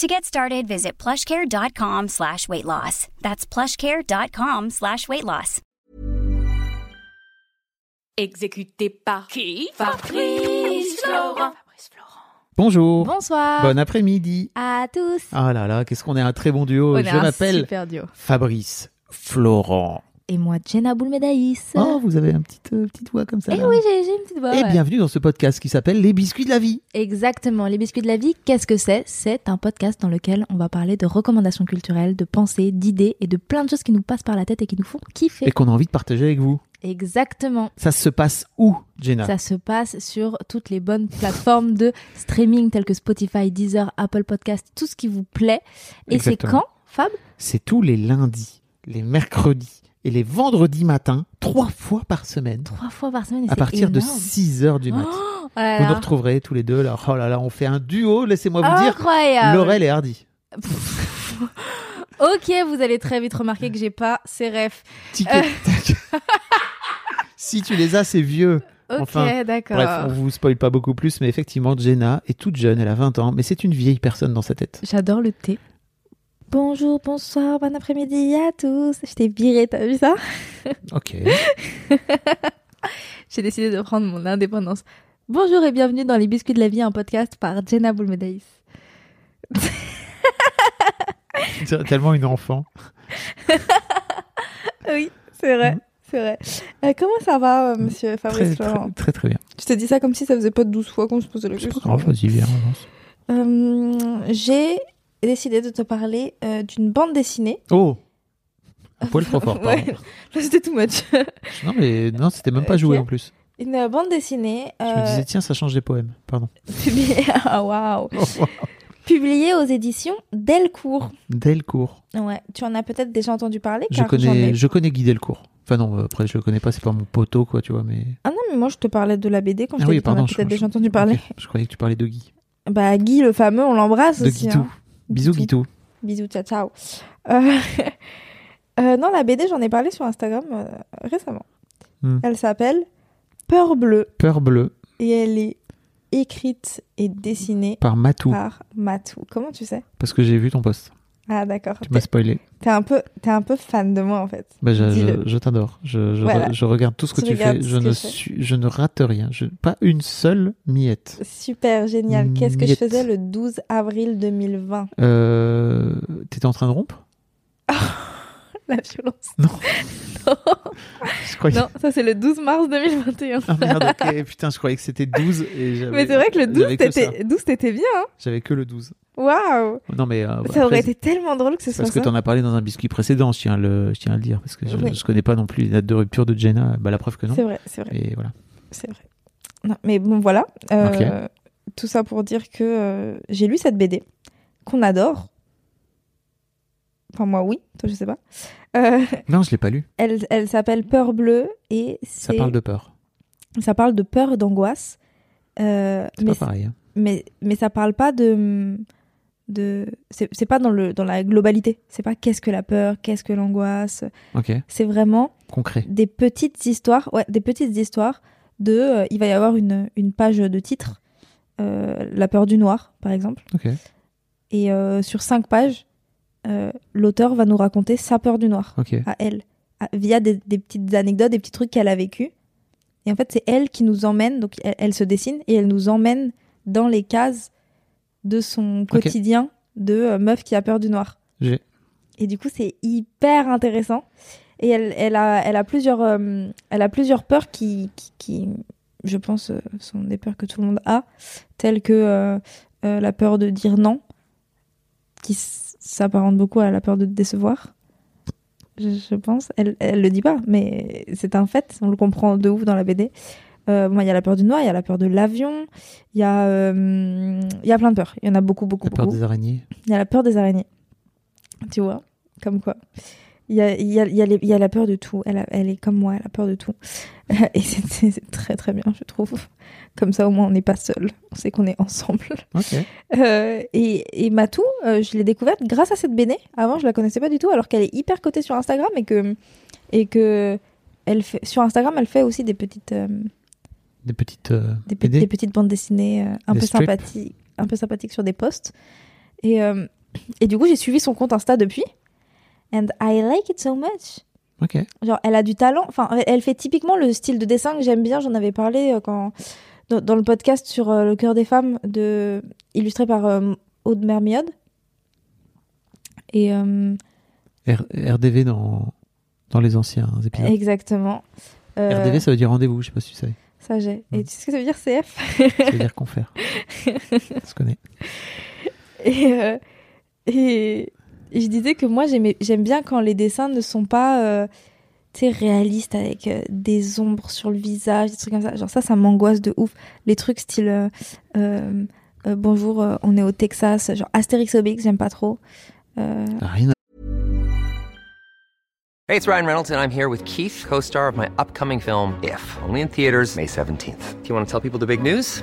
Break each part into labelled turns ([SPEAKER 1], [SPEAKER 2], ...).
[SPEAKER 1] To get started, visit plushcare.com slash weight loss. That's plushcare.com slash weight loss.
[SPEAKER 2] Exécuté par qui Fabrice Florent.
[SPEAKER 3] Bonjour.
[SPEAKER 4] Bonsoir.
[SPEAKER 3] Bon après-midi.
[SPEAKER 4] à tous.
[SPEAKER 3] Ah là là, qu'est-ce qu'on est un très bon duo.
[SPEAKER 4] On est
[SPEAKER 3] Je
[SPEAKER 4] un
[SPEAKER 3] m'appelle
[SPEAKER 4] Super duo.
[SPEAKER 3] Fabrice Florent.
[SPEAKER 4] Et moi, Jenna Boulmedaïs.
[SPEAKER 3] Oh, Eh vous avez un petit euh, petite voix comme ça.
[SPEAKER 4] Eh
[SPEAKER 3] là.
[SPEAKER 4] oui, j'ai j'ai une petite voix.
[SPEAKER 3] Et
[SPEAKER 4] ouais.
[SPEAKER 3] bienvenue dans ce podcast qui s'appelle Les biscuits de la vie.
[SPEAKER 4] Exactement. Les biscuits de la vie, qu'est-ce que c'est C'est un podcast dans lequel on va parler de recommandations culturelles, de pensées, d'idées et de plein de choses qui nous passent par la tête et qui nous font kiffer.
[SPEAKER 3] Et qu'on a envie de partager avec vous.
[SPEAKER 4] Exactement.
[SPEAKER 3] Ça se passe où, Jenna
[SPEAKER 4] Ça se passe sur toutes les bonnes plateformes de streaming telles que Spotify, Deezer, Apple Podcast, tout ce qui vous plaît. Et c'est
[SPEAKER 3] Exactement.
[SPEAKER 4] quand, Fab
[SPEAKER 3] C'est tous les lundis, les mercredis et les vendredis matins, trois fois par semaine.
[SPEAKER 4] Trois fois par semaine. et
[SPEAKER 3] À
[SPEAKER 4] c'est
[SPEAKER 3] partir de
[SPEAKER 4] énorme.
[SPEAKER 3] 6 heures du matin.
[SPEAKER 4] Oh là
[SPEAKER 3] vous nous
[SPEAKER 4] là.
[SPEAKER 3] retrouverez tous les deux. Là. Oh là là, on fait un duo, laissez-moi vous dire.
[SPEAKER 4] Oh, Incroyable.
[SPEAKER 3] Laurel et Hardy.
[SPEAKER 4] Ok, vous allez très vite remarquer que j'ai pas ces refs.
[SPEAKER 3] Tic et tac.
[SPEAKER 5] Euh.
[SPEAKER 3] si tu les as, c'est vieux.
[SPEAKER 4] Ok,
[SPEAKER 3] Enfin,
[SPEAKER 4] d'accord.
[SPEAKER 3] Bref, on vous spoil pas beaucoup plus, mais effectivement, Jenna est toute jeune, elle a 20 ans, mais c'est une vieille personne dans sa tête.
[SPEAKER 4] J'adore le thé. Bonjour, bonsoir, bon après-midi à tous. Je t'ai viré, t'as vu ça
[SPEAKER 3] Ok.
[SPEAKER 4] J'ai décidé de prendre mon indépendance. Bonjour et bienvenue dans Les Biscuits de la Vie, un podcast par Jenna Boulmedaïs.
[SPEAKER 3] Tellement une enfant.
[SPEAKER 5] Oui, c'est vrai. C'est vrai. Euh, comment ça va, euh, monsieur Fabrice
[SPEAKER 3] Mm. Très,
[SPEAKER 5] Florent
[SPEAKER 3] très, très, très bien.
[SPEAKER 5] Je te dis ça comme si ça faisait pas 12 fois qu'on se posait la
[SPEAKER 3] C'est
[SPEAKER 5] question.
[SPEAKER 3] pas grave, vas-y, viens, on avance.
[SPEAKER 5] Euh, J'ai décidé de te parler euh, d'une bande dessinée.
[SPEAKER 3] Oh Un poil trop fort, pardon.
[SPEAKER 5] Ouais. Là, C'était too much.
[SPEAKER 3] Non, mais non, c'était même pas joué
[SPEAKER 5] Ok. Euh.
[SPEAKER 3] en plus.
[SPEAKER 5] Une euh, bande dessinée
[SPEAKER 3] Je me disais, tiens, ça change des poèmes, pardon.
[SPEAKER 5] publiée... Ah,
[SPEAKER 3] Oh,
[SPEAKER 5] waouh. publiée aux éditions Delcourt.
[SPEAKER 3] Delcourt.
[SPEAKER 5] Ouais, tu en as peut-être déjà entendu parler.
[SPEAKER 3] Je
[SPEAKER 5] car j'en ai-
[SPEAKER 3] connais, je connais Guy Delcourt. Enfin, non, euh, après, je le connais pas, c'est pas mon poteau, quoi, tu vois, mais.
[SPEAKER 5] Ah non, mais moi je te parlais de la BD quand
[SPEAKER 3] Ah
[SPEAKER 5] je t'ai
[SPEAKER 3] oui,
[SPEAKER 5] dit, t'en as
[SPEAKER 3] pardon, je-
[SPEAKER 5] peut-être
[SPEAKER 3] je-
[SPEAKER 5] déjà entendu parler.
[SPEAKER 3] Ok, Je croyais que tu parlais de Guy.
[SPEAKER 5] Bah, Guy le fameux, on l'embrasse
[SPEAKER 3] De
[SPEAKER 5] aussi.
[SPEAKER 3] Guitou.
[SPEAKER 5] hein.
[SPEAKER 3] Bisous, Guitou.
[SPEAKER 5] Bisous, ciao, ciao. Euh, euh, non, la BD, j'en ai parlé sur Instagram euh, récemment.
[SPEAKER 3] Hmm.
[SPEAKER 5] Elle s'appelle Peur Bleue
[SPEAKER 3] Peur bleue
[SPEAKER 5] et elle est écrite et dessinée
[SPEAKER 3] par Matou,
[SPEAKER 5] par Matou. Comment tu sais
[SPEAKER 3] parce que j'ai vu ton post.
[SPEAKER 5] Ah, d'accord.
[SPEAKER 3] Tu m'as spoilé.
[SPEAKER 5] T'es un, peu- t'es un peu fan de moi, en fait.
[SPEAKER 3] Bah, je
[SPEAKER 5] Dis-le.
[SPEAKER 3] je, je t'adore. Je, je,
[SPEAKER 5] Voilà.
[SPEAKER 3] je regarde tout ce que
[SPEAKER 5] Je
[SPEAKER 3] tu
[SPEAKER 5] regarde
[SPEAKER 3] fais.
[SPEAKER 5] ce
[SPEAKER 3] Je
[SPEAKER 5] que
[SPEAKER 3] ne,
[SPEAKER 5] je fais.
[SPEAKER 3] suis, je ne rate rien. Je, pas une seule miette.
[SPEAKER 5] Super, génial. Qu'est-ce que je
[SPEAKER 3] Miette.
[SPEAKER 5] faisais le 12 avril 2020
[SPEAKER 3] Euh, T'étais en train de rompre
[SPEAKER 5] La violence.
[SPEAKER 3] Je croyais.
[SPEAKER 5] Non, ça, c'est le 12 mars 2021.
[SPEAKER 3] Ah merde, ok. Putain, je croyais que c'était 12. Et j'avais-
[SPEAKER 5] Mais c'est vrai que le 12,
[SPEAKER 3] j'avais que ça.
[SPEAKER 5] t'étais 12, t'étais bien. hein.
[SPEAKER 3] J'avais que le 12.
[SPEAKER 5] Waouh
[SPEAKER 3] Non, mais. euh,
[SPEAKER 5] Ça
[SPEAKER 3] après,
[SPEAKER 5] aurait été tellement drôle que ce
[SPEAKER 3] c'est
[SPEAKER 5] soit
[SPEAKER 3] Parce que
[SPEAKER 5] ça.
[SPEAKER 3] t'en as parlé dans un biscuit précédent, je tiens à le, je tiens à le dire. Parce que je,
[SPEAKER 5] Oui.
[SPEAKER 3] je connais pas non plus les dates de rupture de Jenna. Bah, la preuve que non.
[SPEAKER 5] C'est vrai, c'est vrai.
[SPEAKER 3] Et voilà.
[SPEAKER 5] C'est vrai. Non, mais bon, voilà. Euh, Tout ça pour dire que euh, j'ai lu cette BD qu'on adore. Enfin, moi, oui. Toi, je sais pas. Euh,
[SPEAKER 3] Non, je l'ai pas lu.
[SPEAKER 5] elle elle s'appelle Peur Bleue et
[SPEAKER 3] Ça
[SPEAKER 5] c'est-
[SPEAKER 3] parle de peur.
[SPEAKER 5] ça parle de peur, d'angoisse. Euh,
[SPEAKER 3] C'est
[SPEAKER 5] mais,
[SPEAKER 3] pas pareil. hein.
[SPEAKER 5] mais, mais ça parle pas de. de c'est c'est pas dans, le, dans la globalité. C'est pas qu'est-ce que la peur, qu'est-ce que l'angoisse.
[SPEAKER 3] Ok.
[SPEAKER 5] C'est vraiment
[SPEAKER 3] Concret.
[SPEAKER 5] des petites histoires, ouais, des petites histoires de. euh, il va y avoir une, une page de titre, euh, La peur du noir, par exemple.
[SPEAKER 3] Ok.
[SPEAKER 5] Et euh, sur cinq pages, euh, l'auteur va nous raconter sa peur du noir
[SPEAKER 3] Ok.
[SPEAKER 5] à elle, à- via des, des petites anecdotes, des petits trucs qu'elle a vécu. Et en fait, c'est elle qui nous emmène, donc elle, elle se dessine et elle nous emmène dans les cases de son quotidien de euh, meuf qui a peur du noir.
[SPEAKER 3] J'ai-
[SPEAKER 5] Et du coup, c'est hyper intéressant. Et elle, elle, a, elle, a, plusieurs, euh, elle a plusieurs peurs qui, qui, qui, je pense, euh, sont des peurs que tout le monde a, telles que euh, euh, la peur de dire non, qui s- s'apparente beaucoup à la peur de te décevoir. Je, je pense. Elle, elle le dit pas, mais c'est un fait. On le comprend de ouf dans la BD. Euh, bon, Il y a la peur du noir, il y a la peur de l'avion, il y, a, euh, il y a plein de peurs. Il y en a beaucoup, beaucoup,
[SPEAKER 3] La peur
[SPEAKER 5] beaucoup.
[SPEAKER 3] des araignées.
[SPEAKER 5] Il y a la peur des araignées. Tu vois, comme quoi. Il y a, il y, a, il y, a les- il y a la peur de tout. Elle, a- elle est comme moi, elle a peur de tout. Et c'est- c'est c'est très très bien, je trouve. Comme ça, au moins, on n'est pas seul. On sait qu'on est ensemble.
[SPEAKER 3] Ok.
[SPEAKER 5] Euh, et, et Matou, euh, je l'ai découverte grâce à cette Béné. Avant, je la connaissais pas du tout, alors qu'elle est hyper cotée sur Instagram et que, et que elle fait, sur Instagram, elle fait aussi des petites, euh,
[SPEAKER 3] Des petites. euh,
[SPEAKER 5] des, pe-
[SPEAKER 3] BD.
[SPEAKER 5] des petites bandes dessinées euh, un,
[SPEAKER 3] Des
[SPEAKER 5] peu
[SPEAKER 3] strips.
[SPEAKER 5] sympathiques, un peu sympathiques sur des posts. Et, euh, et du coup, j'ai suivi son compte Insta depuis. And I like it so much.
[SPEAKER 3] Ok.
[SPEAKER 5] Genre, elle a du talent. Enfin, elle- elle fait typiquement le style de dessin que j'aime bien. J'en avais parlé euh, quand dans, dans le podcast sur euh, le cœur des femmes, de illustré par euh, Aude Mermiode. Et euh,
[SPEAKER 3] R- RDV dans, dans les anciens épisodes.
[SPEAKER 5] exactement. Euh,
[SPEAKER 3] RDV, ça veut dire rendez-vous, je sais pas si tu savais.
[SPEAKER 5] ça j'ai. Et
[SPEAKER 3] Mm.
[SPEAKER 5] tu sais ce que ça veut dire CF
[SPEAKER 3] Ça veut dire confère. On se connaît.
[SPEAKER 5] Et, euh, et je disais que moi, j'aimais- j'aime bien quand les dessins ne sont pas euh, tu sais, réalistes avec euh, des ombres sur le visage, des trucs comme ça. Genre, ça, ça m'angoisse de ouf. Les trucs style euh, euh, euh, bonjour, euh, on est au Texas, genre Astérix Obélix, j'aime pas trop. Euh,
[SPEAKER 3] T'as rien à-
[SPEAKER 6] Hey, it's Ryan Reynolds, and I'm here with Keith, co star of my upcoming film, If, only in theaters, May 17th. Do you want to tell people the big news?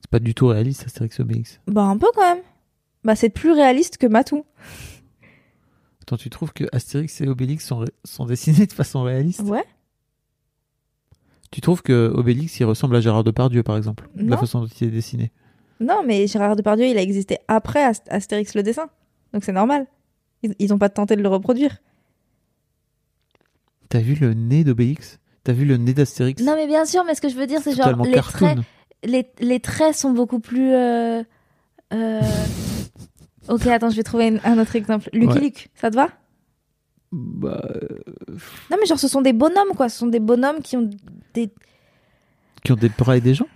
[SPEAKER 3] C'est pas du tout réaliste, Astérix Obélix.
[SPEAKER 5] bah, un peu quand même. Bah, c'est plus réaliste que Matou.
[SPEAKER 3] Attends, tu trouves que Astérix et Obélix sont, ré- sont dessinés de façon réaliste
[SPEAKER 5] Ouais.
[SPEAKER 3] Tu trouves que Obélix, il ressemble à Gérard Depardieu, par exemple de La
[SPEAKER 5] Non.
[SPEAKER 3] façon dont il est dessiné.
[SPEAKER 5] Non, mais Gérard Depardieu, il a existé après Ast- Astérix le dessin. Donc c'est normal. Ils, ils ont pas tenté de le reproduire.
[SPEAKER 3] T'as vu le nez d'Obélix T'as vu le nez d'Astérix
[SPEAKER 4] Non, mais bien sûr, mais ce que je veux dire, c'est genre
[SPEAKER 3] Totalement
[SPEAKER 4] les traits,
[SPEAKER 3] cartoon.
[SPEAKER 4] les, les traits sont beaucoup plus. euh, euh,
[SPEAKER 5] Ok, attends, je vais trouver une- un autre exemple. Lucky
[SPEAKER 3] Ouais.
[SPEAKER 5] Luke, ça te va
[SPEAKER 3] Bah, euh,
[SPEAKER 5] Non, mais genre, ce sont des bonhommes, quoi. Ce sont des bonhommes qui ont des.
[SPEAKER 3] qui ont des bras et des jambes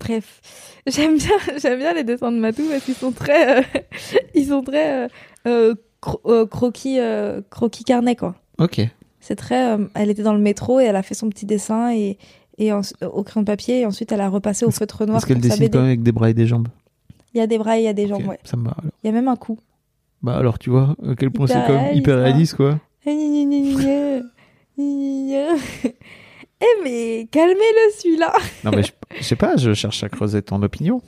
[SPEAKER 5] Bref, j'aime bien, j'aime bien les dessins de Matou parce qu'ils sont très. euh, ils sont très. euh, euh, cro- euh, croquis, euh, croquis carnet, quoi.
[SPEAKER 3] Ok.
[SPEAKER 5] C'est très. euh, elle était dans le métro et elle a fait son petit dessin et, et en- au crayon de papier et ensuite elle a repassé au
[SPEAKER 3] Est-ce-
[SPEAKER 5] feutre noir
[SPEAKER 3] Parce qu'elle
[SPEAKER 5] pour sa
[SPEAKER 3] dessine
[SPEAKER 5] BD.
[SPEAKER 3] quand même avec des bras et des jambes.
[SPEAKER 5] Il y a des bras et il y a des jambes,
[SPEAKER 3] Ok,
[SPEAKER 5] ouais.
[SPEAKER 3] Ça me va alors.
[SPEAKER 5] Il y a même un cou.
[SPEAKER 3] Bah alors tu vois à quel point c'est
[SPEAKER 5] Hyper
[SPEAKER 3] quand même
[SPEAKER 5] réaliste,
[SPEAKER 3] hyper
[SPEAKER 5] hein.
[SPEAKER 3] réaliste quoi.
[SPEAKER 5] Eh Eh, mais calmez-le celui-là
[SPEAKER 3] Non mais je, je sais pas, je cherche à creuser ton opinion.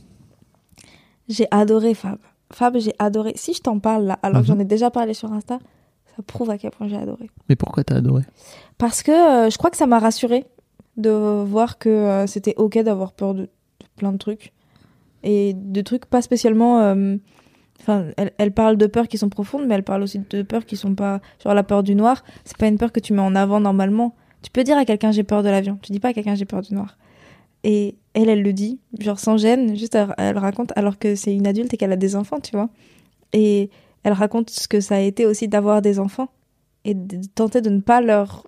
[SPEAKER 5] J'ai adoré Fab. Fab, j'ai adoré. Si je t'en parle là, alors que
[SPEAKER 3] Mhm.
[SPEAKER 5] j'en ai déjà parlé sur Insta, ça prouve à quel point j'ai adoré.
[SPEAKER 3] Mais pourquoi t'as adoré
[SPEAKER 5] Parce que euh, je crois que ça m'a rassurée de voir que euh, c'était ok d'avoir peur de, de plein de trucs. Et de trucs pas spécialement. euh, Enfin, elle, elle parle de peurs qui sont profondes, mais elle parle aussi de peurs qui sont pas. Genre la peur du noir, c'est pas une peur que tu mets en avant normalement. Tu peux dire à quelqu'un j'ai peur de l'avion, tu dis pas à quelqu'un j'ai peur du noir. Et elle, elle le dit, genre sans gêne, juste elle, elle raconte, alors que c'est une adulte et qu'elle a des enfants, tu vois. Et elle raconte ce que ça a été aussi d'avoir des enfants et de tenter de ne pas leur,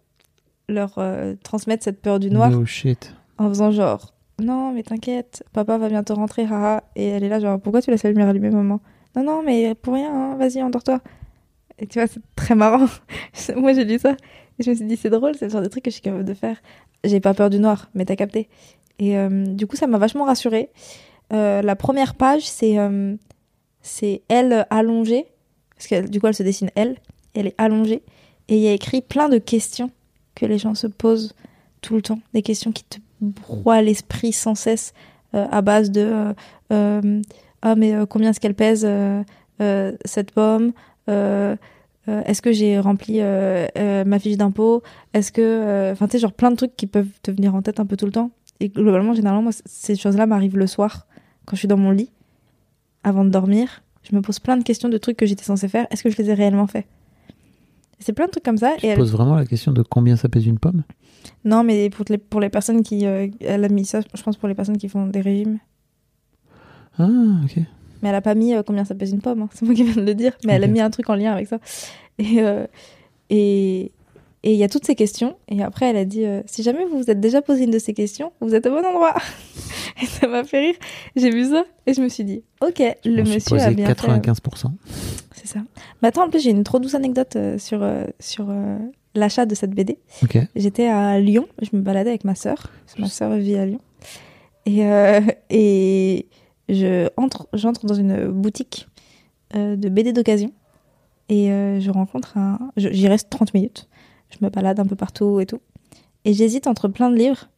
[SPEAKER 5] leur euh, transmettre cette peur du noir
[SPEAKER 3] No shit.
[SPEAKER 5] en faisant genre non mais t'inquiète papa va bientôt rentrer haha et elle est là genre pourquoi tu laisses la lumière allumée maman non non mais pour rien hein, vas-y endors-toi et tu vois c'est très marrant moi j'ai lu ça et je me suis dit c'est drôle c'est le genre de truc que je suis capable de faire j'ai pas peur du noir mais t'as capté et euh, du coup ça m'a vachement rassurée Euh, la première page c'est euh, c'est elle allongée parce que du coup elle se dessine elle elle est allongée et il y a écrit plein de questions que les gens se posent tout le temps, des questions qui te broient l'esprit sans cesse euh, à base de euh, euh, ah mais euh, combien est-ce qu'elle pèse euh, euh, cette pomme Euh, euh, est-ce que j'ai rempli euh, euh, ma fiche d'impôt Est-ce que. euh, Enfin, tu sais, genre plein de trucs qui peuvent te venir en tête un peu tout le temps. Et globalement, généralement, moi, c- ces choses-là m'arrivent le soir, quand je suis dans mon lit, avant de dormir. Je me pose plein de questions de trucs que j'étais censée faire. Est-ce que je les ai réellement fait C'est plein de trucs comme ça.
[SPEAKER 3] Tu
[SPEAKER 5] et
[SPEAKER 3] te
[SPEAKER 5] elle-
[SPEAKER 3] poses vraiment la question de combien ça pèse une pomme
[SPEAKER 5] Non, mais pour les, pour les personnes qui. euh, elle a mis ça, je pense, pour les personnes qui font des régimes.
[SPEAKER 3] Ah, ok.
[SPEAKER 5] Mais elle a pas mis euh, combien ça pèse une pomme, hein. c'est moi qui viens de le dire. Mais elle a
[SPEAKER 3] Ok.
[SPEAKER 5] mis un truc en lien avec ça. Et euh, et et il y a toutes ces questions. Et après, elle a dit euh, si jamais vous vous êtes déjà posé une de ces questions, vous êtes au bon endroit. et ça m'a fait rire. J'ai vu ça et je me suis dit ok,
[SPEAKER 3] Je
[SPEAKER 5] le
[SPEAKER 3] me suis
[SPEAKER 5] monsieur a
[SPEAKER 3] posé
[SPEAKER 5] bien fait, euh,
[SPEAKER 3] 95%.
[SPEAKER 5] C'est ça. Mais attends, en plus, j'ai une trop douce anecdote euh, sur euh, sur euh, l'achat de cette BD.
[SPEAKER 3] Ok.
[SPEAKER 5] J'étais à Lyon, je me baladais avec ma sœur. parce que Ma sœur vit à Lyon. Et, euh, et je entre, j'entre dans une boutique euh, de BD d'occasion. Et euh, je rencontre un. je- J'y reste 30 minutes. Je me balade un peu partout et tout. Et j'hésite entre plein de livres.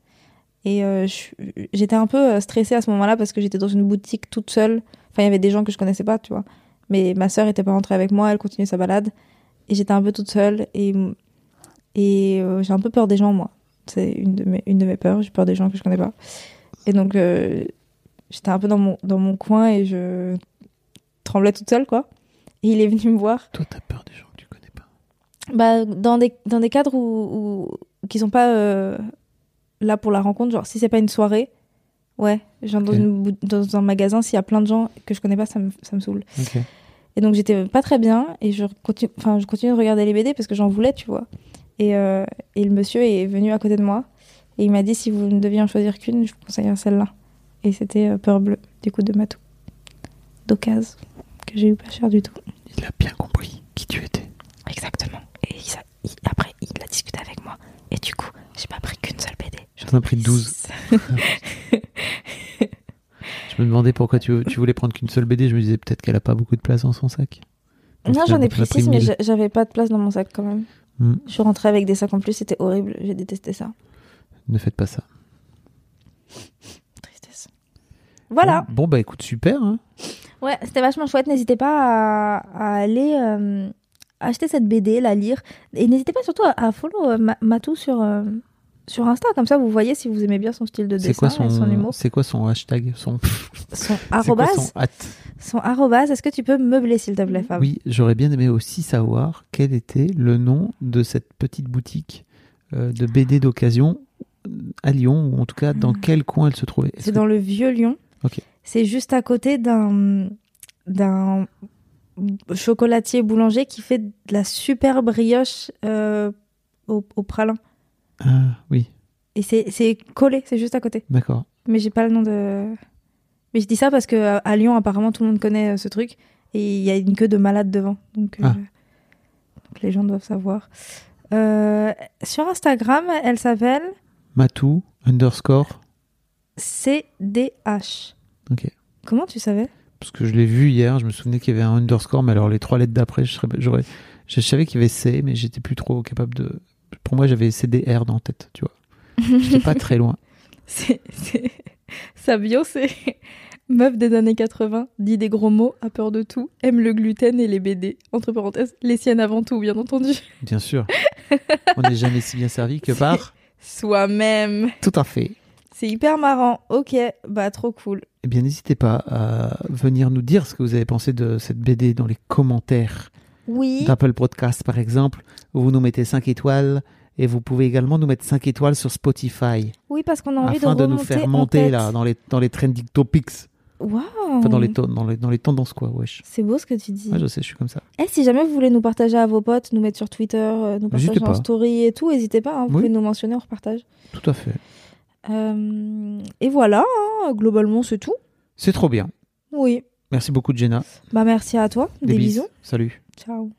[SPEAKER 5] Et euh, je- j'étais un peu euh, stressée à ce moment-là parce que j'étais dans une boutique toute seule. Enfin, il y avait des gens que je connaissais pas, tu vois. Mais ma sœur était pas rentrée avec moi, elle continuait sa balade. Et j'étais un peu toute seule. Et et euh, j'ai un peu peur des gens, moi. C'est une de mes, une de mes peurs. J'ai peur des gens que je connais pas. Et donc, euh, j'étais un peu dans mon, dans mon coin et je tremblais toute seule, quoi. Et il est venu me voir.
[SPEAKER 3] Toi, t'as peur des gens que tu connais pas.
[SPEAKER 5] Bah, dans, des, dans des cadres où, où- qui sont pas euh, là pour la rencontre, genre si c'est pas une soirée, ouais, genre dans,
[SPEAKER 3] Ok.
[SPEAKER 5] une bou- dans un magasin, s'il y a plein de gens que je connais pas, ça me, ça me saoule.
[SPEAKER 3] Ok.
[SPEAKER 5] Et donc j'étais pas très bien et je continue, enfin, je continue de regarder les BD parce que j'en voulais, tu vois. Et, euh, et le monsieur est venu à côté de moi et il m'a dit si vous ne deviez en choisir qu'une, je vous conseillerais celle-là. Et c'était euh, Peur Bleue, du coup de Matou. D'occasion, que j'ai eu pas cher du tout.
[SPEAKER 3] Il a bien compris qui tu étais.
[SPEAKER 5] Exactement. Et après, il a discuté avec moi. Et du coup, j'ai pas pris qu'une seule BD.
[SPEAKER 3] J'en ai pris 12. Je me demandais pourquoi tu, tu voulais prendre qu'une seule BD. Je me disais peut-être qu'elle a pas beaucoup de place dans son sac. Donc,
[SPEAKER 5] Non, j'en
[SPEAKER 3] finalement, t'en
[SPEAKER 5] ai pris
[SPEAKER 3] as
[SPEAKER 5] 6, mais
[SPEAKER 3] 1000.
[SPEAKER 5] j'a- j'avais pas de place dans mon sac quand même.
[SPEAKER 3] Hmm.
[SPEAKER 5] Je suis rentrée avec des sacs en plus, c'était horrible, j'ai détesté ça.
[SPEAKER 3] Ne faites pas ça.
[SPEAKER 5] Tristesse. Voilà.
[SPEAKER 3] Bon, bon, bah écoute, super. hein.
[SPEAKER 5] Ouais, c'était vachement chouette. N'hésitez pas à, à aller euh, acheter cette BD, la lire. Et n'hésitez pas surtout à, à follow euh, Ma- Matou sur, euh, sur Insta. Comme ça, vous voyez si vous aimez bien son style de dessin
[SPEAKER 3] C'est quoi
[SPEAKER 5] et son
[SPEAKER 3] son,
[SPEAKER 5] humour.
[SPEAKER 3] c'est quoi son hashtag Son
[SPEAKER 5] Son
[SPEAKER 3] c'est quoi son
[SPEAKER 5] arrobase.
[SPEAKER 3] hâte
[SPEAKER 5] Son arrobase. Est-ce que tu peux meubler, s'il te plaît, Fab
[SPEAKER 3] Oui, j'aurais bien aimé aussi savoir quel était le nom de cette petite boutique euh, de BD d'occasion euh, à Lyon, ou en tout cas dans quel coin elle se trouvait. Est-ce
[SPEAKER 5] Ah. C'est
[SPEAKER 3] que-
[SPEAKER 5] dans le vieux Lyon.
[SPEAKER 3] Ok.
[SPEAKER 5] C'est juste à côté d'un d'un chocolatier boulanger qui fait de la super brioche euh, au, au pralin.
[SPEAKER 3] Ah, oui,
[SPEAKER 5] Et c'est c'est collé, c'est juste à côté.
[SPEAKER 3] d'accord.
[SPEAKER 5] Mais j'ai pas le nom de. Mais je dis ça parce que euh, à Lyon, apparemment, tout le monde connaît euh, ce truc. Et il y a une queue de malade devant. Donc, euh,
[SPEAKER 3] Ah.
[SPEAKER 5] donc les gens doivent savoir. Euh, sur Instagram, elle s'appelle
[SPEAKER 3] Matou underscore.
[SPEAKER 5] CDH.
[SPEAKER 3] Ok.
[SPEAKER 5] Comment tu savais
[SPEAKER 3] Parce que je l'ai vu hier, je me souvenais qu'il y avait un underscore, mais alors les trois lettres d'après, je, serais- j'aurais, je savais qu'il y avait C, mais j'étais plus trop capable de. Pour moi, j'avais CDR dans la tête, tu vois. J'étais pas très loin.
[SPEAKER 5] C'est- c'est- Sa bio, c'est meuf des années 80, dit des gros mots, a peur de tout, aime le gluten et les BD. Entre parenthèses, les siennes avant tout, bien entendu.
[SPEAKER 3] Bien sûr. On n'est jamais si bien servi que par.
[SPEAKER 5] Soi-même.
[SPEAKER 3] Tout à fait.
[SPEAKER 5] C'est hyper marrant. Ok, bah trop cool.
[SPEAKER 3] Eh bien, n'hésitez pas à venir nous dire ce que vous avez pensé de cette BD dans les commentaires
[SPEAKER 5] Oui.
[SPEAKER 3] d'Apple Podcast, par exemple. où Vous nous mettez 5 étoiles et vous pouvez également nous mettre 5 étoiles sur Spotify
[SPEAKER 5] Oui, parce qu'on a envie
[SPEAKER 3] afin
[SPEAKER 5] de,
[SPEAKER 3] de, nous
[SPEAKER 5] remonter
[SPEAKER 3] faire
[SPEAKER 5] en
[SPEAKER 3] monter
[SPEAKER 5] tête.
[SPEAKER 3] là dans les dans les trending topics,
[SPEAKER 5] Waouh.
[SPEAKER 3] enfin dans les, to- dans les dans les tendances quoi. Wesh.
[SPEAKER 5] C'est beau ce que tu dis.
[SPEAKER 3] Ouais, je sais, je suis comme ça.
[SPEAKER 5] Eh, si jamais vous voulez nous partager à vos potes, nous mettre sur Twitter, euh, nous
[SPEAKER 3] N'hésitez
[SPEAKER 5] partager en
[SPEAKER 3] pas.
[SPEAKER 5] story et tout, n'hésitez pas. hein, vous
[SPEAKER 3] Oui.
[SPEAKER 5] pouvez nous mentionner, on repartage.
[SPEAKER 3] Tout à fait.
[SPEAKER 5] Euh, et voilà, hein, globalement, c'est tout.
[SPEAKER 3] C'est trop bien.
[SPEAKER 5] Oui.
[SPEAKER 3] Merci beaucoup Jenna.
[SPEAKER 5] Bah, merci à toi. Des,
[SPEAKER 3] bises.
[SPEAKER 5] bisous.
[SPEAKER 3] Salut.
[SPEAKER 5] Ciao.